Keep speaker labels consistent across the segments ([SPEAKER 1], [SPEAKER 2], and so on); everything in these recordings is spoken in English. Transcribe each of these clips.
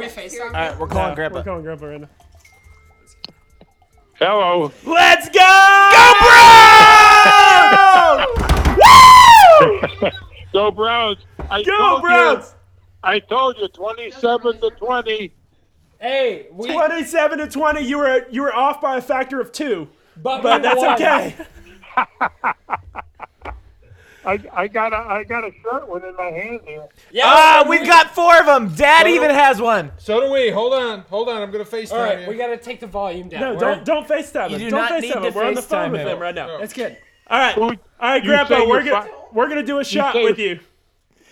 [SPEAKER 1] right, we're calling Grandpa.
[SPEAKER 2] We're calling Grandpa right now.
[SPEAKER 3] Hello.
[SPEAKER 1] Let's go! Go Browns! Woo!
[SPEAKER 3] Go Browns. I
[SPEAKER 1] Go
[SPEAKER 3] told
[SPEAKER 1] Browns!
[SPEAKER 3] You, I told you, 27 to 20.
[SPEAKER 4] Hey, we
[SPEAKER 2] 27 to 20. You were you were off by a factor of two,
[SPEAKER 4] but,
[SPEAKER 2] but
[SPEAKER 4] we
[SPEAKER 2] that's
[SPEAKER 4] won.
[SPEAKER 2] okay.
[SPEAKER 3] I, I got a I got a shirt one in my hand here.
[SPEAKER 4] Yeah,
[SPEAKER 1] Ah,
[SPEAKER 4] so
[SPEAKER 1] we've
[SPEAKER 4] we-
[SPEAKER 1] got four of them. Dad even has one.
[SPEAKER 5] So do we. Hold on. Hold on. I'm going to FaceTime
[SPEAKER 4] All right,
[SPEAKER 5] you.
[SPEAKER 4] we gotta take the volume down.
[SPEAKER 2] No,
[SPEAKER 4] We're-
[SPEAKER 2] don't don't FaceTime him.
[SPEAKER 1] do
[SPEAKER 2] don't
[SPEAKER 1] not need
[SPEAKER 2] FaceTime
[SPEAKER 1] to
[SPEAKER 2] him. We're on the
[SPEAKER 1] FaceTime
[SPEAKER 2] phone with
[SPEAKER 1] him.
[SPEAKER 2] him right now.
[SPEAKER 4] That's good.
[SPEAKER 2] All right, all
[SPEAKER 3] Who-
[SPEAKER 2] right,
[SPEAKER 3] you
[SPEAKER 2] Grandpa.
[SPEAKER 3] say
[SPEAKER 2] We're
[SPEAKER 3] you're
[SPEAKER 2] gonna
[SPEAKER 3] fi-
[SPEAKER 2] we're gonna do a shot
[SPEAKER 3] say
[SPEAKER 2] with
[SPEAKER 3] you're-
[SPEAKER 2] you.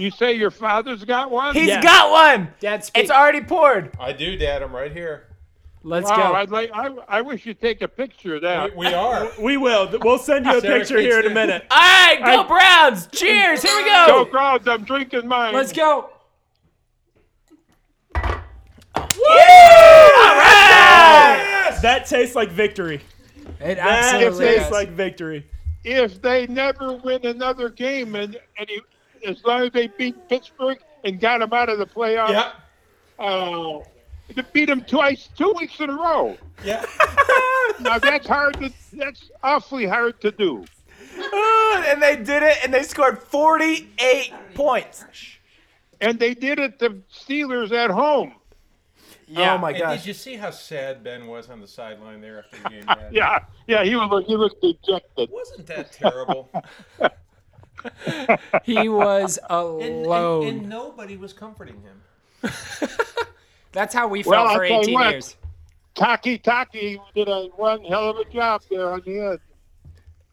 [SPEAKER 3] You say your father's got one?
[SPEAKER 1] He's
[SPEAKER 2] Yeah.
[SPEAKER 1] got one.
[SPEAKER 4] Dad, speak.
[SPEAKER 1] It's already poured.
[SPEAKER 5] I do, Dad. I'm right here.
[SPEAKER 4] Let's
[SPEAKER 3] Wow,
[SPEAKER 4] go.
[SPEAKER 3] I'd like, I, I wish you'd take a picture of
[SPEAKER 5] We,
[SPEAKER 3] that.
[SPEAKER 5] we are.
[SPEAKER 2] We will. We'll send you a
[SPEAKER 5] Sarah
[SPEAKER 2] picture here in a
[SPEAKER 5] Kingston.
[SPEAKER 2] minute.
[SPEAKER 1] All right, go
[SPEAKER 2] All right.
[SPEAKER 1] Browns! Cheers! Here we go.
[SPEAKER 3] Go Browns, I'm drinking mine.
[SPEAKER 4] Let's go.
[SPEAKER 2] That tastes like victory.
[SPEAKER 4] It
[SPEAKER 2] That
[SPEAKER 4] absolutely
[SPEAKER 2] tastes
[SPEAKER 4] is.
[SPEAKER 2] like victory.
[SPEAKER 3] If they never win another game, and, and he, as long as they beat Pittsburgh and got him out of the playoffs,
[SPEAKER 5] Yeah.
[SPEAKER 3] uh, they beat them twice, two weeks in a row.
[SPEAKER 5] Yeah.
[SPEAKER 3] Now that's hard to, that's awfully hard to do.
[SPEAKER 1] Ooh, and they did it, and they scored 48 points.
[SPEAKER 3] And they did it to Steelers at home.
[SPEAKER 1] oh my
[SPEAKER 5] And
[SPEAKER 1] gosh.
[SPEAKER 5] Did you see how sad Ben was on the sideline there after the game? Dad?
[SPEAKER 3] Yeah, yeah, he was he looked dejected.
[SPEAKER 5] Wasn't that terrible?
[SPEAKER 4] He was
[SPEAKER 5] And,
[SPEAKER 4] alone.
[SPEAKER 5] and, and nobody was comforting him.
[SPEAKER 4] That's how we
[SPEAKER 3] Well,
[SPEAKER 4] felt for
[SPEAKER 3] I tell you
[SPEAKER 4] 18
[SPEAKER 3] what.
[SPEAKER 4] years.
[SPEAKER 3] Taki Taki did a one hell of a job there on the end.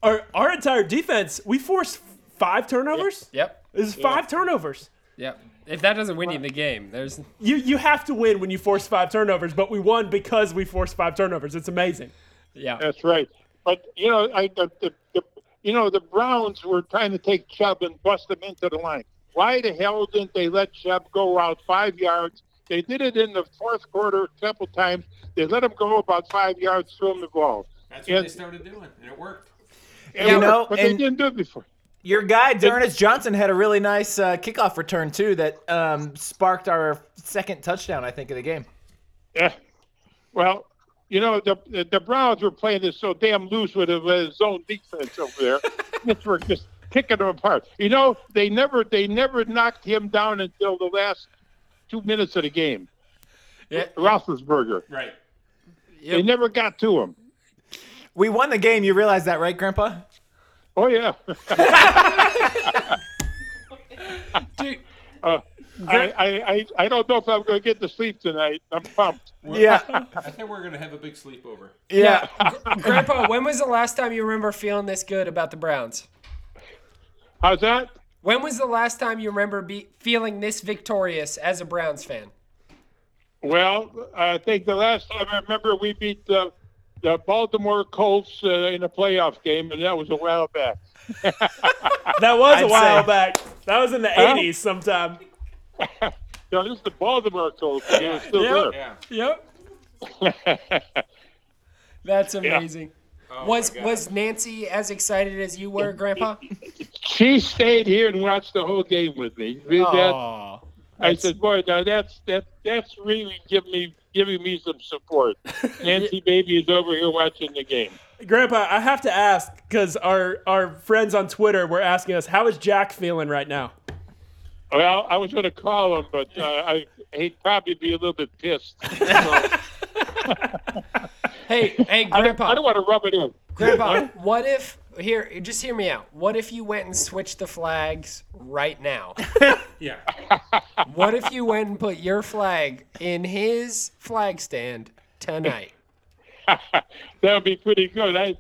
[SPEAKER 2] Our our entire defense. We forced five turnovers.
[SPEAKER 4] Yep.
[SPEAKER 2] This is five turnovers.
[SPEAKER 4] Yep. If that doesn't win you the game, there's
[SPEAKER 2] You you have to win when you force five turnovers, but we won because we forced five turnovers. It's amazing.
[SPEAKER 4] yeah.
[SPEAKER 3] That's right. But you know, I the, the, the you know the Browns were trying to take Chubb and bust him into the line. Why the hell didn't they let Chubb go out five yards? They did it in the fourth quarter a couple times. They let him go about five yards, threw him the ball.
[SPEAKER 5] That's
[SPEAKER 3] what
[SPEAKER 5] what
[SPEAKER 3] they
[SPEAKER 5] they started doing, and it worked.
[SPEAKER 3] And-
[SPEAKER 1] You know,
[SPEAKER 3] but they
[SPEAKER 1] and-
[SPEAKER 3] didn't do it before.
[SPEAKER 1] Your guy, Darnus Johnson, had a really nice uh, kickoff return, too, that um, sparked our second touchdown, I think, of the game.
[SPEAKER 3] Yeah. Eh, Well, you know the the, the Browns were playing this so damn loose with his own defense over there. Pittsburgh just picking them apart. You know they never they never knocked him down until the last two minutes of the game.
[SPEAKER 4] Yeah.
[SPEAKER 3] Roethlisberger.
[SPEAKER 5] Right.
[SPEAKER 3] They never got to him.
[SPEAKER 1] We won the game. You realize that, right, Grandpa?
[SPEAKER 3] Oh yeah.
[SPEAKER 4] Dude,
[SPEAKER 3] Uh, I, I, I I don't know if I'm going to get to sleep tonight. I'm pumped.
[SPEAKER 1] Yeah.
[SPEAKER 5] I think we're gonna have a big sleepover.
[SPEAKER 1] Yeah.
[SPEAKER 4] Grandpa, when was the last time you remember feeling this good about the Browns?
[SPEAKER 3] How's that?
[SPEAKER 4] When was the last time you remember be, feeling this victorious as a Browns fan?
[SPEAKER 3] Well, I think the last time I remember we beat the, the Baltimore Colts uh, in a playoff game, and that was a while back.
[SPEAKER 2] That was a
[SPEAKER 1] I'd
[SPEAKER 2] while
[SPEAKER 1] say.
[SPEAKER 2] back. That was in the
[SPEAKER 3] Oh.
[SPEAKER 2] 80s sometime.
[SPEAKER 3] No, this is the Baltimore Colts. and They were still there.
[SPEAKER 5] Yeah.
[SPEAKER 4] Yep. That's amazing.
[SPEAKER 5] Oh,
[SPEAKER 4] Was
[SPEAKER 5] my God.
[SPEAKER 4] was Nancy as excited as you were, Grandpa?
[SPEAKER 3] She stayed here and watched the whole game with me. I mean,
[SPEAKER 1] Oh,
[SPEAKER 3] that-
[SPEAKER 4] Aw.
[SPEAKER 3] I said, "Boy, now that's that that's really giving me giving me some support." Nancy Baby is over here watching the game.
[SPEAKER 2] Grandpa, I have to ask because our our friends on Twitter were asking us, "How is Jack feeling right now?"
[SPEAKER 3] Well, I was going to call him, but uh, I he'd probably be a little bit pissed. So, I,
[SPEAKER 4] Hey, hey,
[SPEAKER 3] don't,
[SPEAKER 4] Grandpa.
[SPEAKER 3] I don't want to rub it in.
[SPEAKER 4] Grandpa, what if here? Just hear me out. What if you went and switched the flags right now?
[SPEAKER 5] Yeah.
[SPEAKER 4] What if you went and put your flag in his flag stand tonight?
[SPEAKER 3] that would be pretty good. I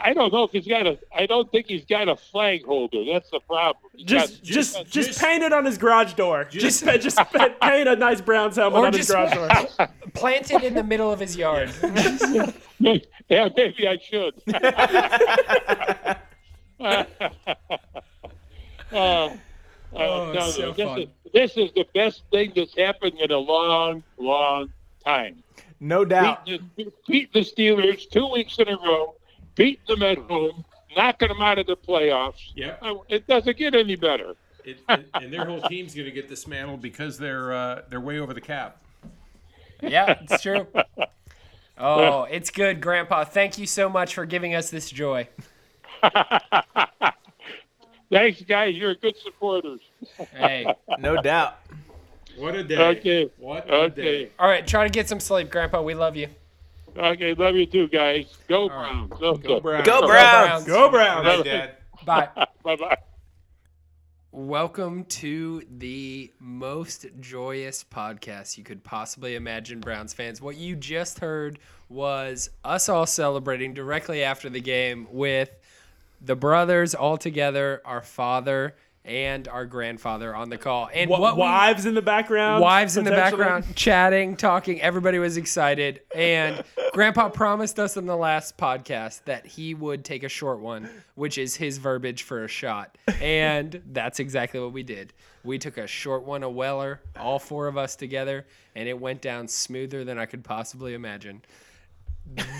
[SPEAKER 3] I don't know if he's got a. I don't think he's got a flag holder. That's the problem. He's
[SPEAKER 2] Just
[SPEAKER 3] got-
[SPEAKER 2] just just,
[SPEAKER 5] just-
[SPEAKER 2] paint it on his garage door. Just pa- just, pa- paint a nice Browns helmet
[SPEAKER 4] Or
[SPEAKER 2] on his
[SPEAKER 4] just-
[SPEAKER 2] garage door.
[SPEAKER 4] Plant it in the middle of his yard.
[SPEAKER 3] yeah, maybe I should. Uh,
[SPEAKER 4] Oh,
[SPEAKER 3] uh,
[SPEAKER 4] it's so
[SPEAKER 3] this,
[SPEAKER 4] fun.
[SPEAKER 3] Is, this is the best thing that's happened in a long, long time.
[SPEAKER 1] No doubt.
[SPEAKER 3] Beat the, beat the Steelers two weeks in a row, beat them at home, knocking them out of the playoffs.
[SPEAKER 5] Yep.
[SPEAKER 3] Uh, It doesn't get any better.
[SPEAKER 5] It, it- and their whole team's gonna get dismantled because they're uh, they're way over the cap.
[SPEAKER 4] Yeah, it's true. Oh, it's good, Grandpa. Thank you so much for giving us this joy.
[SPEAKER 3] Thanks, guys. You're good supporters.
[SPEAKER 4] Hey.
[SPEAKER 1] No doubt.
[SPEAKER 5] What a day.
[SPEAKER 3] Okay.
[SPEAKER 5] What a
[SPEAKER 3] Okay.
[SPEAKER 5] day.
[SPEAKER 4] All right, try to get some sleep, Grandpa. We love you.
[SPEAKER 3] Okay. Love you too, guys. Go Browns.
[SPEAKER 5] Go Browns.
[SPEAKER 1] Go
[SPEAKER 4] Browns.
[SPEAKER 1] Browns.
[SPEAKER 2] Go Browns.
[SPEAKER 5] Bye, Dad.
[SPEAKER 4] Bye.
[SPEAKER 3] Bye bye.
[SPEAKER 4] Welcome to the most joyous podcast you could possibly imagine, Browns fans. What you just heard was us all celebrating directly after the game with the brothers all together, our father and our grandfather on the call. And
[SPEAKER 2] What,
[SPEAKER 4] what we-
[SPEAKER 2] wives in the background.
[SPEAKER 4] wives in the
[SPEAKER 2] potentially?
[SPEAKER 4] background chatting, talking. Everybody was excited. And Grandpa promised us in the last podcast that he would take a short one, which is his verbiage for a shot. And that's exactly what we did. We took a short one, a Weller, all four of us together, and it went down smoother than I could possibly imagine.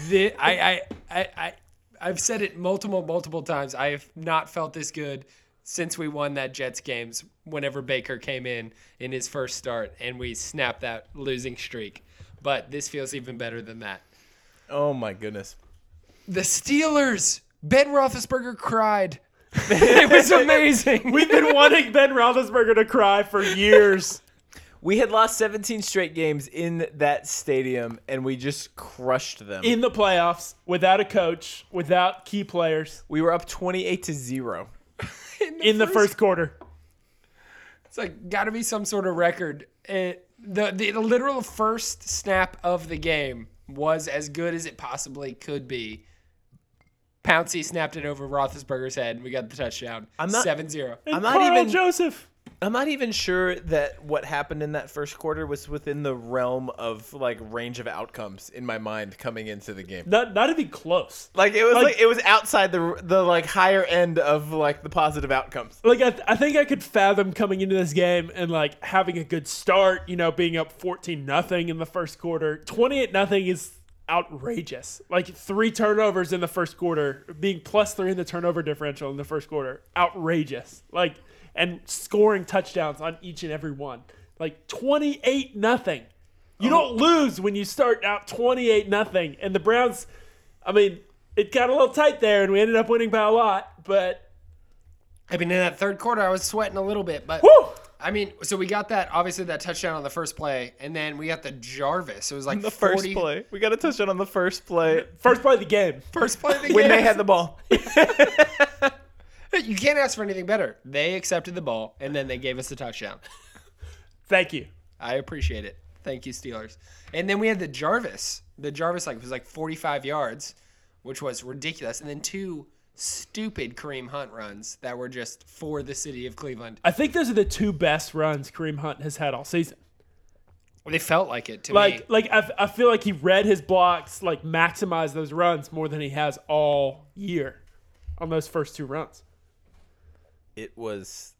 [SPEAKER 4] The, I, I, I, I, I've said it multiple, multiple times. I have not felt this good since we won that Jets games. Whenever Baker came in in his first start, and we snapped that losing streak, but this feels even better than that.
[SPEAKER 1] Oh my goodness.
[SPEAKER 4] The Steelers. Ben Roethlisberger cried. it was amazing.
[SPEAKER 2] We've been wanting Ben Roethlisberger to cry for years.
[SPEAKER 1] We had lost 17 straight games in that stadium, and we just crushed them.
[SPEAKER 2] in the playoffs without a coach, without key players
[SPEAKER 1] we were up 28 to zero.
[SPEAKER 2] in the first quarter.
[SPEAKER 4] It's like got to be some sort of record. It, the the literal first snap of the game was as good as it possibly could be. Pouncey snapped it over Roethlisberger's head, and we got the touchdown. I'm
[SPEAKER 1] not-
[SPEAKER 4] 7-0.
[SPEAKER 1] I'm not
[SPEAKER 2] Carl
[SPEAKER 1] even.
[SPEAKER 2] Joseph.
[SPEAKER 1] I'm not even sure that what happened in that first quarter was within the realm of like range of outcomes in my mind coming into the game.
[SPEAKER 2] Not not even close.
[SPEAKER 1] Like it was
[SPEAKER 2] Like-
[SPEAKER 1] like, it was outside the the like higher end of like the positive outcomes.
[SPEAKER 2] Like I, I think I could fathom coming into this game and like having a good start. You know, being up fourteen nothing in the first quarter. Twenty eight nothing is outrageous. Like three turnovers in the first quarter, being plus three in the turnover differential in the first quarter, outrageous. Like and scoring touchdowns on each and every one. Like twenty eight nothing. You don't lose when you start out 28 nothing. And the Browns, I mean, it got a little tight there and we ended up winning by a lot, but
[SPEAKER 4] I mean, in that third quarter, I was sweating a little bit, but
[SPEAKER 2] whew,
[SPEAKER 4] I mean, so we got that obviously that touchdown on the first play, and then we got the Jarvis. It was like
[SPEAKER 1] The first
[SPEAKER 4] 40
[SPEAKER 1] play, we got a touchdown on the first play
[SPEAKER 2] first play of the game.
[SPEAKER 4] First play of the
[SPEAKER 1] when
[SPEAKER 4] game.
[SPEAKER 1] they had the ball.
[SPEAKER 4] you can't ask for anything better. They accepted the ball, and then they gave us the touchdown.
[SPEAKER 2] Thank you.
[SPEAKER 4] I appreciate it. Thank you, Steelers. And then we had the Jarvis. The Jarvis like was like 45 yards, which was ridiculous. And then two stupid Kareem Hunt runs that were just for the city of Cleveland.
[SPEAKER 2] I think those are the two best runs Kareem Hunt has had all season.
[SPEAKER 4] They felt like it to
[SPEAKER 2] Like,
[SPEAKER 4] me.
[SPEAKER 2] like I, I feel like he read his blocks, like maximized those runs more than he has all year on those first two runs.
[SPEAKER 1] It was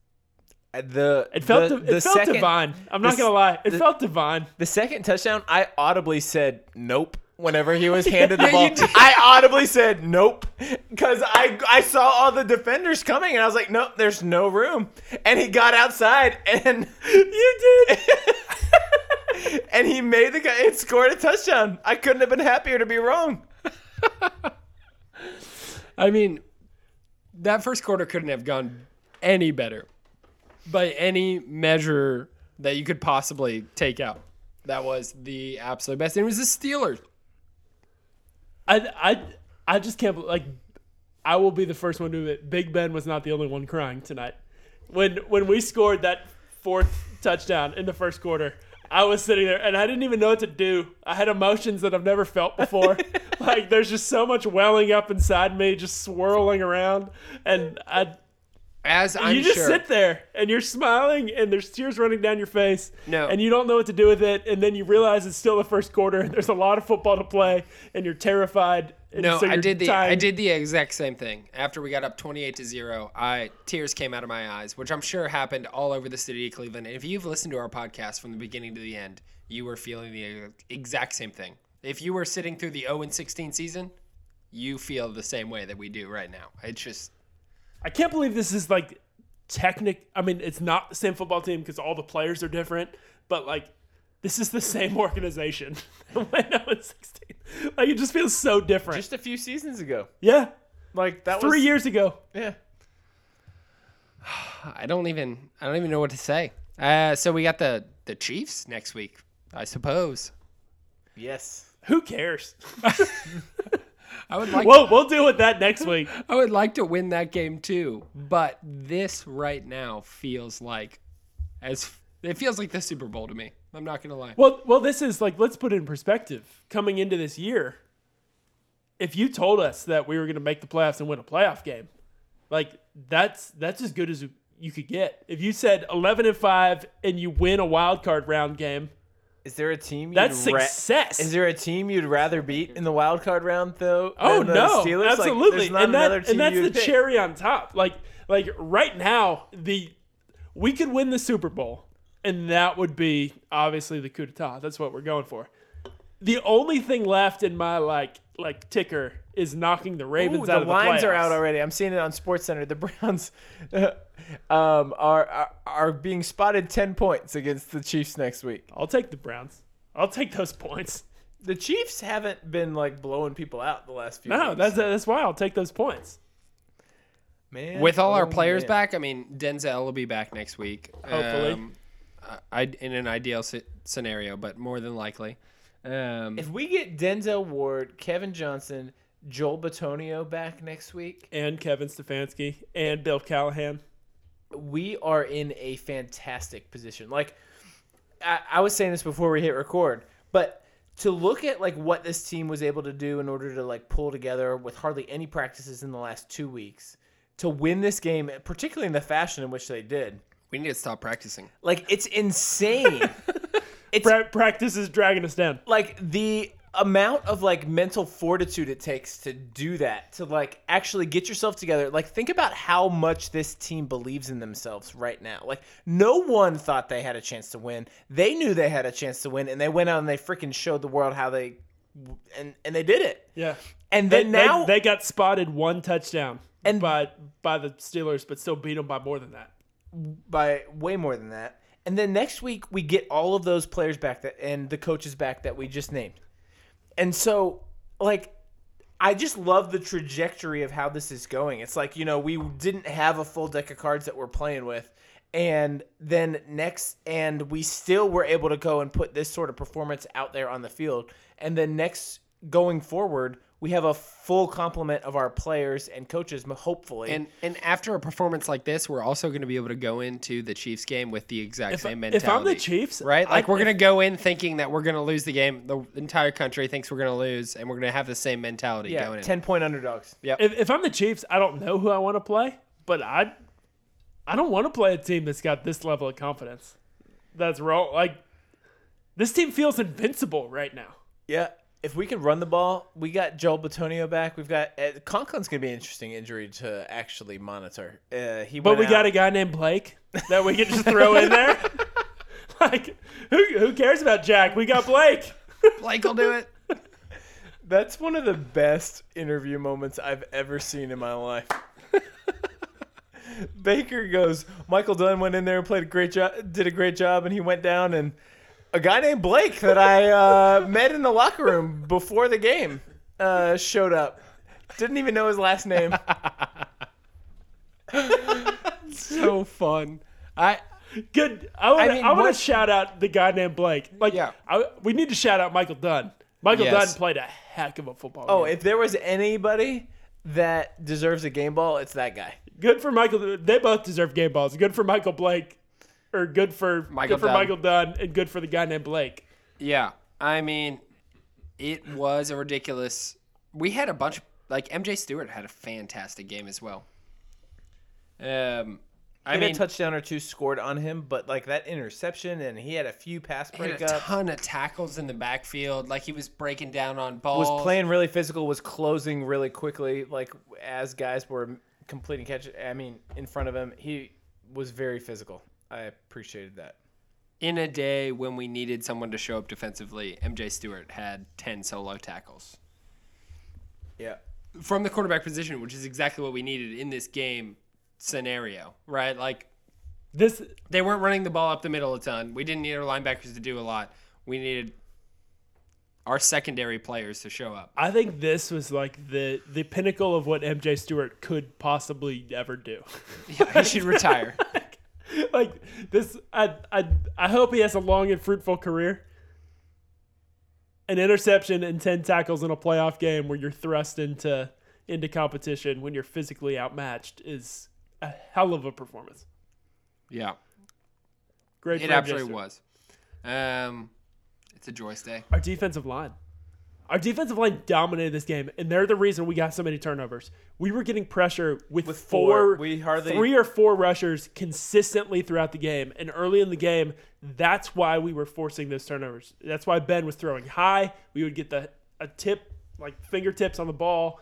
[SPEAKER 1] uh, the
[SPEAKER 2] It felt,
[SPEAKER 1] the,
[SPEAKER 2] div-
[SPEAKER 1] the
[SPEAKER 2] it felt
[SPEAKER 1] second,
[SPEAKER 2] divine. I'm not
[SPEAKER 1] this-
[SPEAKER 2] gonna lie, it
[SPEAKER 1] the-
[SPEAKER 2] felt divine.
[SPEAKER 1] The second touchdown, I audibly said nope whenever he was handed the
[SPEAKER 4] Yeah,
[SPEAKER 1] ball.
[SPEAKER 4] you did.
[SPEAKER 1] I audibly said nope because I I saw all the defenders coming and I was like, nope, there's no room. And he got outside and you did. and he made the guy. It scored a touchdown. I couldn't have been happier to be wrong.
[SPEAKER 4] I mean, that first quarter couldn't have gone any better by any measure that you could possibly take out. That was the absolute best. And it was the Steelers.
[SPEAKER 2] I, I, I just can't bel- like. I will be the first one to admit Big Ben was not the only one crying tonight. When when we scored that fourth touchdown in the first quarter, I was sitting there and I didn't even know what to do. I had emotions that I've never felt before. like there's just so much welling up inside me, just swirling around, and I
[SPEAKER 4] As I'm
[SPEAKER 2] you just
[SPEAKER 4] sure.
[SPEAKER 2] sit there and you're smiling and there's tears running down your face.
[SPEAKER 4] No.
[SPEAKER 2] And you don't know what to do with it. And then you realize it's still the first quarter and there's a lot of football to play and you're terrified. And
[SPEAKER 4] No,
[SPEAKER 2] so
[SPEAKER 4] I
[SPEAKER 2] you're
[SPEAKER 4] did the I
[SPEAKER 2] tired.
[SPEAKER 4] did the exact same thing. After we got up 28 to 0, I tears came out of my eyes, which I'm sure happened all over the city of Cleveland. And if you've listened to our podcast from the beginning to the end, you were feeling the exact same thing. If you were sitting through the 0 and 16 season, you feel the same way that we do right now. It's just
[SPEAKER 2] I can't believe this is like technic. I mean, it's not the same football team because all the players are different, but like this is the same organization when I was 16. Like it just feels so different.
[SPEAKER 1] Just a few seasons ago.
[SPEAKER 2] yeah,
[SPEAKER 1] Like that
[SPEAKER 2] three
[SPEAKER 1] was
[SPEAKER 2] years ago.
[SPEAKER 1] Yeah.
[SPEAKER 4] I don't even I don't even know what to say. Uh, so we got the the Chiefs next week, I suppose.
[SPEAKER 1] Yes.
[SPEAKER 2] Who cares?
[SPEAKER 4] I would like
[SPEAKER 2] Whoa, we'll deal with that next week.
[SPEAKER 4] I would like to win that game too, but this right now feels like as it feels like the Super Bowl to me. I'm not gonna lie.
[SPEAKER 2] Well, well, this is like let's put it in perspective. Coming into this year, if you told us that we were going to make the playoffs and win a playoff game, like that's that's as good as you could get. If you said 11 and 5 and you win a wild card round game,
[SPEAKER 1] Is there a team you'd
[SPEAKER 2] that's
[SPEAKER 1] ra-
[SPEAKER 2] success.
[SPEAKER 1] Is there a team you'd rather beat in the wild card round though?
[SPEAKER 2] Oh
[SPEAKER 1] than the
[SPEAKER 2] no,
[SPEAKER 1] Steelers? Like,
[SPEAKER 2] absolutely,
[SPEAKER 1] there's not
[SPEAKER 2] and, that-
[SPEAKER 1] another team
[SPEAKER 2] and that's
[SPEAKER 1] you'd
[SPEAKER 2] the
[SPEAKER 1] pick.
[SPEAKER 2] cherry on top. Like, like right now, the we could win the Super Bowl, and that would be obviously the coup d'état. That's what we're going for. The only thing left in my like like ticker is knocking the Ravens
[SPEAKER 1] Ooh, the
[SPEAKER 2] out of the
[SPEAKER 1] lines are
[SPEAKER 2] playoffs.
[SPEAKER 1] out already. I'm seeing it on Sports Center. The Browns um, are, are are being spotted ten points against the Chiefs next week.
[SPEAKER 2] I'll take the Browns. I'll take those points.
[SPEAKER 1] The Chiefs haven't been like blowing people out the last few.
[SPEAKER 2] No,
[SPEAKER 1] weeks.
[SPEAKER 2] that's that's why I'll take those points.
[SPEAKER 1] man.
[SPEAKER 4] With all our
[SPEAKER 1] oh,
[SPEAKER 4] players
[SPEAKER 1] man.
[SPEAKER 4] back, I mean Denzel will be back next week.
[SPEAKER 2] Hopefully.
[SPEAKER 4] Um, I I'd- in an ideal sce- scenario, but more than likely. Um,
[SPEAKER 1] if we get Denzel Ward, Kevin Johnson, Joel Batonio back next week,
[SPEAKER 2] And Kevin Stefanski and Bill Callahan.
[SPEAKER 1] we are in a fantastic position. Like I, I was saying this before we hit record, but to look at like what this team was able to do in order to like pull together with hardly any practices in the last two weeks to win this game, particularly in the fashion in which they did,
[SPEAKER 4] we need to stop practicing.
[SPEAKER 1] like it's insane. it's
[SPEAKER 2] Pra- practice is dragging us down.
[SPEAKER 1] like the amount of like mental fortitude it takes to do that to like actually get yourself together like think about how much this team believes in themselves right now like no one thought they had a chance to win they knew they had a chance to win and they went out and they freaking showed the world how they and and they did it
[SPEAKER 2] Yeah.
[SPEAKER 1] and
[SPEAKER 2] They,
[SPEAKER 1] then now
[SPEAKER 2] they, they got spotted one touchdown
[SPEAKER 1] And-
[SPEAKER 2] by by the Steelers, but still beat them by more than that.
[SPEAKER 1] by way more than that and then next week we get all of those players back that and the coaches back that we just named and so like I just love the trajectory of how this is going. It's like, you know, we didn't have a full deck of cards that we're playing with. And then next, and we still were able to go and put this sort of performance out there on the field. And then next, going forward, we have a full complement of our players and coaches, hopefully.
[SPEAKER 4] And and after a performance like this, we're also going to be able to go into the Chiefs game with the exact same mentality.
[SPEAKER 2] If I'm the Chiefs,
[SPEAKER 4] right? Like
[SPEAKER 2] I-
[SPEAKER 4] we're gonna go in thinking that we're gonna lose the game. The entire country thinks we're gonna lose, and we're gonna have the same mentality
[SPEAKER 1] yeah,
[SPEAKER 4] going in.
[SPEAKER 1] 10 point underdogs.
[SPEAKER 2] If, if I'm the Chiefs, I don't know who I want to play, but I I don't want to play a team that's got this level of confidence. That's wrong. Like this team feels invincible right now.
[SPEAKER 1] Yeah. If we can run the ball, we got Joel Batonio back. We've got uh, Conklin's going to be an interesting injury to actually monitor. Uh, he went
[SPEAKER 2] But we
[SPEAKER 1] out-
[SPEAKER 2] got a guy named Blake that we can just throw in there. like who who cares about Jack? We got Blake.
[SPEAKER 4] Blake will do it.
[SPEAKER 1] That's one of the best interview moments I've ever seen in my life. Baker goes, Michael Dunn went in there and played a great job, did a great job, and he went down and a guy named Blake that I uh, met in the locker room before the game uh, showed up. Didn't even know his last name.
[SPEAKER 4] So fun. I
[SPEAKER 2] Good. I want
[SPEAKER 4] mean,
[SPEAKER 2] to. I want
[SPEAKER 4] what-
[SPEAKER 2] to shout out the guy named Blake. Like,
[SPEAKER 4] Yeah.
[SPEAKER 2] I, we need to shout out Michael Dunn. Michael
[SPEAKER 4] Yes.
[SPEAKER 2] Dunn played a heck of a football.
[SPEAKER 1] Oh,
[SPEAKER 2] game.
[SPEAKER 1] if there was anybody that deserves a game ball, it's that guy.
[SPEAKER 2] good for Michael. They both deserve game balls. Good for Michael Blake, or good for
[SPEAKER 4] Michael
[SPEAKER 2] good for
[SPEAKER 4] Dunn.
[SPEAKER 2] Michael Dunn, and good for the guy named Blake.
[SPEAKER 4] yeah. I mean, it was a ridiculous. We had a bunch. Like MJ Stewart had a fantastic game as well. Um,
[SPEAKER 1] I
[SPEAKER 4] I
[SPEAKER 1] mean,
[SPEAKER 4] mean,
[SPEAKER 1] a touchdown or two scored on him, but like that interception, and he had a few pass
[SPEAKER 4] he had a
[SPEAKER 1] breakups.
[SPEAKER 4] ton of tackles in the backfield. Like he was breaking down on balls.
[SPEAKER 1] was playing really physical, was closing really quickly, like as guys were completing catches. I mean, in front of him, he was very physical. I appreciated that.
[SPEAKER 4] in a day when we needed someone to show up defensively. MJ Stewart had ten solo tackles.
[SPEAKER 1] Yeah.
[SPEAKER 4] from the quarterback position, which is exactly what we needed in this game scenario, right? Like
[SPEAKER 2] This
[SPEAKER 4] they weren't running the ball up the middle a ton. We didn't need our linebackers to do a lot. we needed our secondary players to show up.
[SPEAKER 2] I think this was like the the pinnacle of what MJ Stewart could possibly ever do.
[SPEAKER 4] Yeah, he should retire.
[SPEAKER 2] like this, I I I hope he has a long and fruitful career. An interception and ten tackles in a playoff game where you're thrust into into competition when you're physically outmatched is a hell of a performance.
[SPEAKER 4] Yeah,
[SPEAKER 2] Great.
[SPEAKER 4] it
[SPEAKER 2] for MJ
[SPEAKER 4] absolutely
[SPEAKER 2] Stewart.
[SPEAKER 4] was. Um, it's a joyous day.
[SPEAKER 2] Our defensive line. Our defensive line dominated this game, and they're the reason we got so many turnovers. We were getting pressure with,
[SPEAKER 1] With
[SPEAKER 2] four,
[SPEAKER 1] four. We hardly-
[SPEAKER 2] three or four rushers consistently throughout the game, and early in the game, that's why we were forcing those turnovers. That's why Ben was throwing high. We would get the a tip, like fingertips on the ball.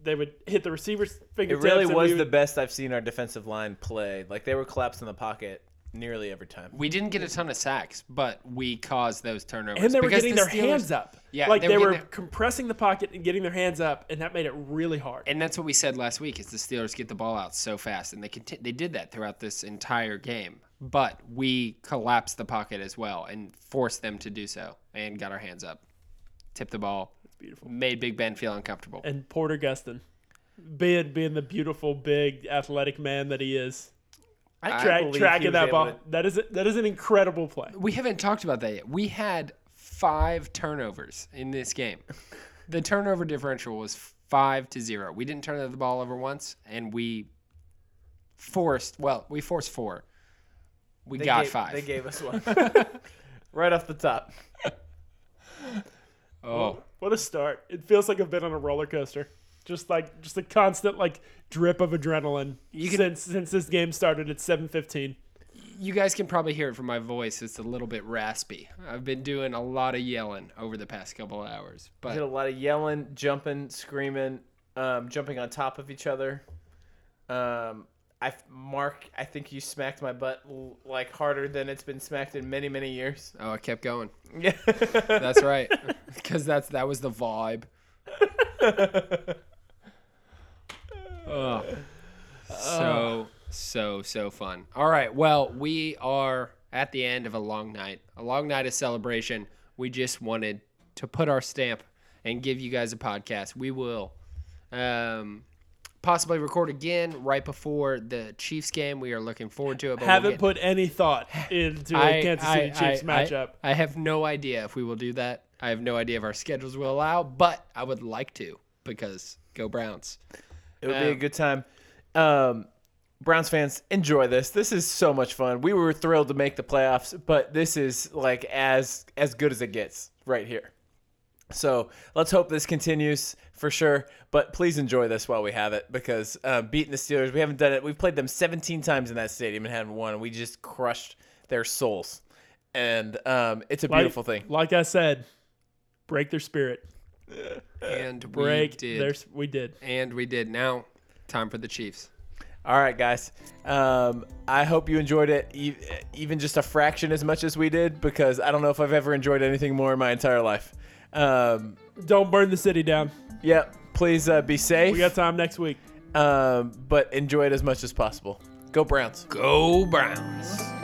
[SPEAKER 2] They would hit the receiver's
[SPEAKER 1] It
[SPEAKER 2] fingertips.
[SPEAKER 1] really
[SPEAKER 2] and
[SPEAKER 1] was
[SPEAKER 2] we
[SPEAKER 1] the
[SPEAKER 2] would-
[SPEAKER 1] best I've seen our defensive line play. Like they were collapsed in the pocket nearly every time.
[SPEAKER 4] We didn't get a ton of sacks, but we caused those turnovers.
[SPEAKER 2] and they were
[SPEAKER 4] because
[SPEAKER 2] getting
[SPEAKER 4] the
[SPEAKER 2] their
[SPEAKER 4] Steelers-
[SPEAKER 2] hands up.
[SPEAKER 4] Yeah,
[SPEAKER 2] like
[SPEAKER 4] they
[SPEAKER 2] they,
[SPEAKER 4] were
[SPEAKER 2] were,
[SPEAKER 4] getting their-
[SPEAKER 2] compressing the pocket and getting their hands up, and that made it really hard.
[SPEAKER 4] And that's what we said last week: is the Steelers get the ball out so fast, and they conti- they did that throughout this entire game. But we collapsed the pocket as well and forced them to do so, and got our hands up, tipped the ball,
[SPEAKER 2] beautiful.
[SPEAKER 4] made Big Ben feel uncomfortable.
[SPEAKER 2] and Porter Gustin, being being the beautiful big athletic man that he is,
[SPEAKER 1] I
[SPEAKER 2] track,
[SPEAKER 1] believe he
[SPEAKER 2] tracking
[SPEAKER 1] was
[SPEAKER 2] that
[SPEAKER 1] able
[SPEAKER 2] ball.
[SPEAKER 1] to-
[SPEAKER 2] That is a, that is an incredible play.
[SPEAKER 4] We haven't talked about that yet. We had five turnovers in this game. The turnover differential was five to zero. We didn't turn the ball over once, and we forced. Well, we forced four. We
[SPEAKER 1] they
[SPEAKER 4] got
[SPEAKER 1] gave-
[SPEAKER 4] five.
[SPEAKER 1] They gave us one right off the top.
[SPEAKER 4] oh,
[SPEAKER 2] What a start! It feels like I've been on a roller coaster, just like just a constant like drip of adrenaline since since this game started at seven fifteen.
[SPEAKER 4] you guys can probably hear it from my voice. It's a little bit raspy. I've been doing a lot of yelling over the past couple of hours,
[SPEAKER 1] Did a
[SPEAKER 4] but
[SPEAKER 1] lot of yelling, jumping, screaming, um, jumping on top of each other. Um, I Mark, I think you smacked my butt l- like harder than it's been smacked in many many years.
[SPEAKER 4] oh, I kept going.
[SPEAKER 1] Yeah.
[SPEAKER 4] That's right, because that's that was the vibe. Ugh. So so so fun. All right, well we are at the end of a long night, a long night of celebration. We just wanted to put our stamp and give you guys a podcast. We will um, possibly record again right before the Chiefs game. We are looking forward to it. But we'll
[SPEAKER 2] Haven't
[SPEAKER 4] get-
[SPEAKER 2] put any thought into a
[SPEAKER 4] I-
[SPEAKER 2] Kansas
[SPEAKER 4] I-
[SPEAKER 2] City Chiefs
[SPEAKER 4] I- I-
[SPEAKER 2] matchup.
[SPEAKER 4] I have no idea if we will do that. I have no idea if our schedules will allow, but I would like to because go Browns.
[SPEAKER 1] It would be a good time. Um, Browns fans, enjoy this. This is so much fun. We were thrilled to make the playoffs, but this is like as as good as it gets right here. So let's hope this continues for sure. But please enjoy this while we have it, because uh, beating the Steelers, we haven't done it. We've played them 17 times in that stadium and hadn't won. We just crushed their souls, and um, it's a
[SPEAKER 2] Like-
[SPEAKER 1] beautiful thing.
[SPEAKER 2] Like I said, break their spirit.
[SPEAKER 4] And we
[SPEAKER 2] Break
[SPEAKER 4] did.
[SPEAKER 2] their s- we did.
[SPEAKER 4] And we did. Now, time for the Chiefs.
[SPEAKER 1] All right, guys. Um, I hope you enjoyed it, e- even just a fraction as much as we did, because I don't know if I've ever enjoyed anything more in my entire life. Um,
[SPEAKER 2] Don't burn the city down.
[SPEAKER 1] yeah, please uh, be
[SPEAKER 2] We
[SPEAKER 1] safe,
[SPEAKER 2] got time next week.
[SPEAKER 1] um, but enjoy it as much as possible. Go Browns.
[SPEAKER 4] Go Browns.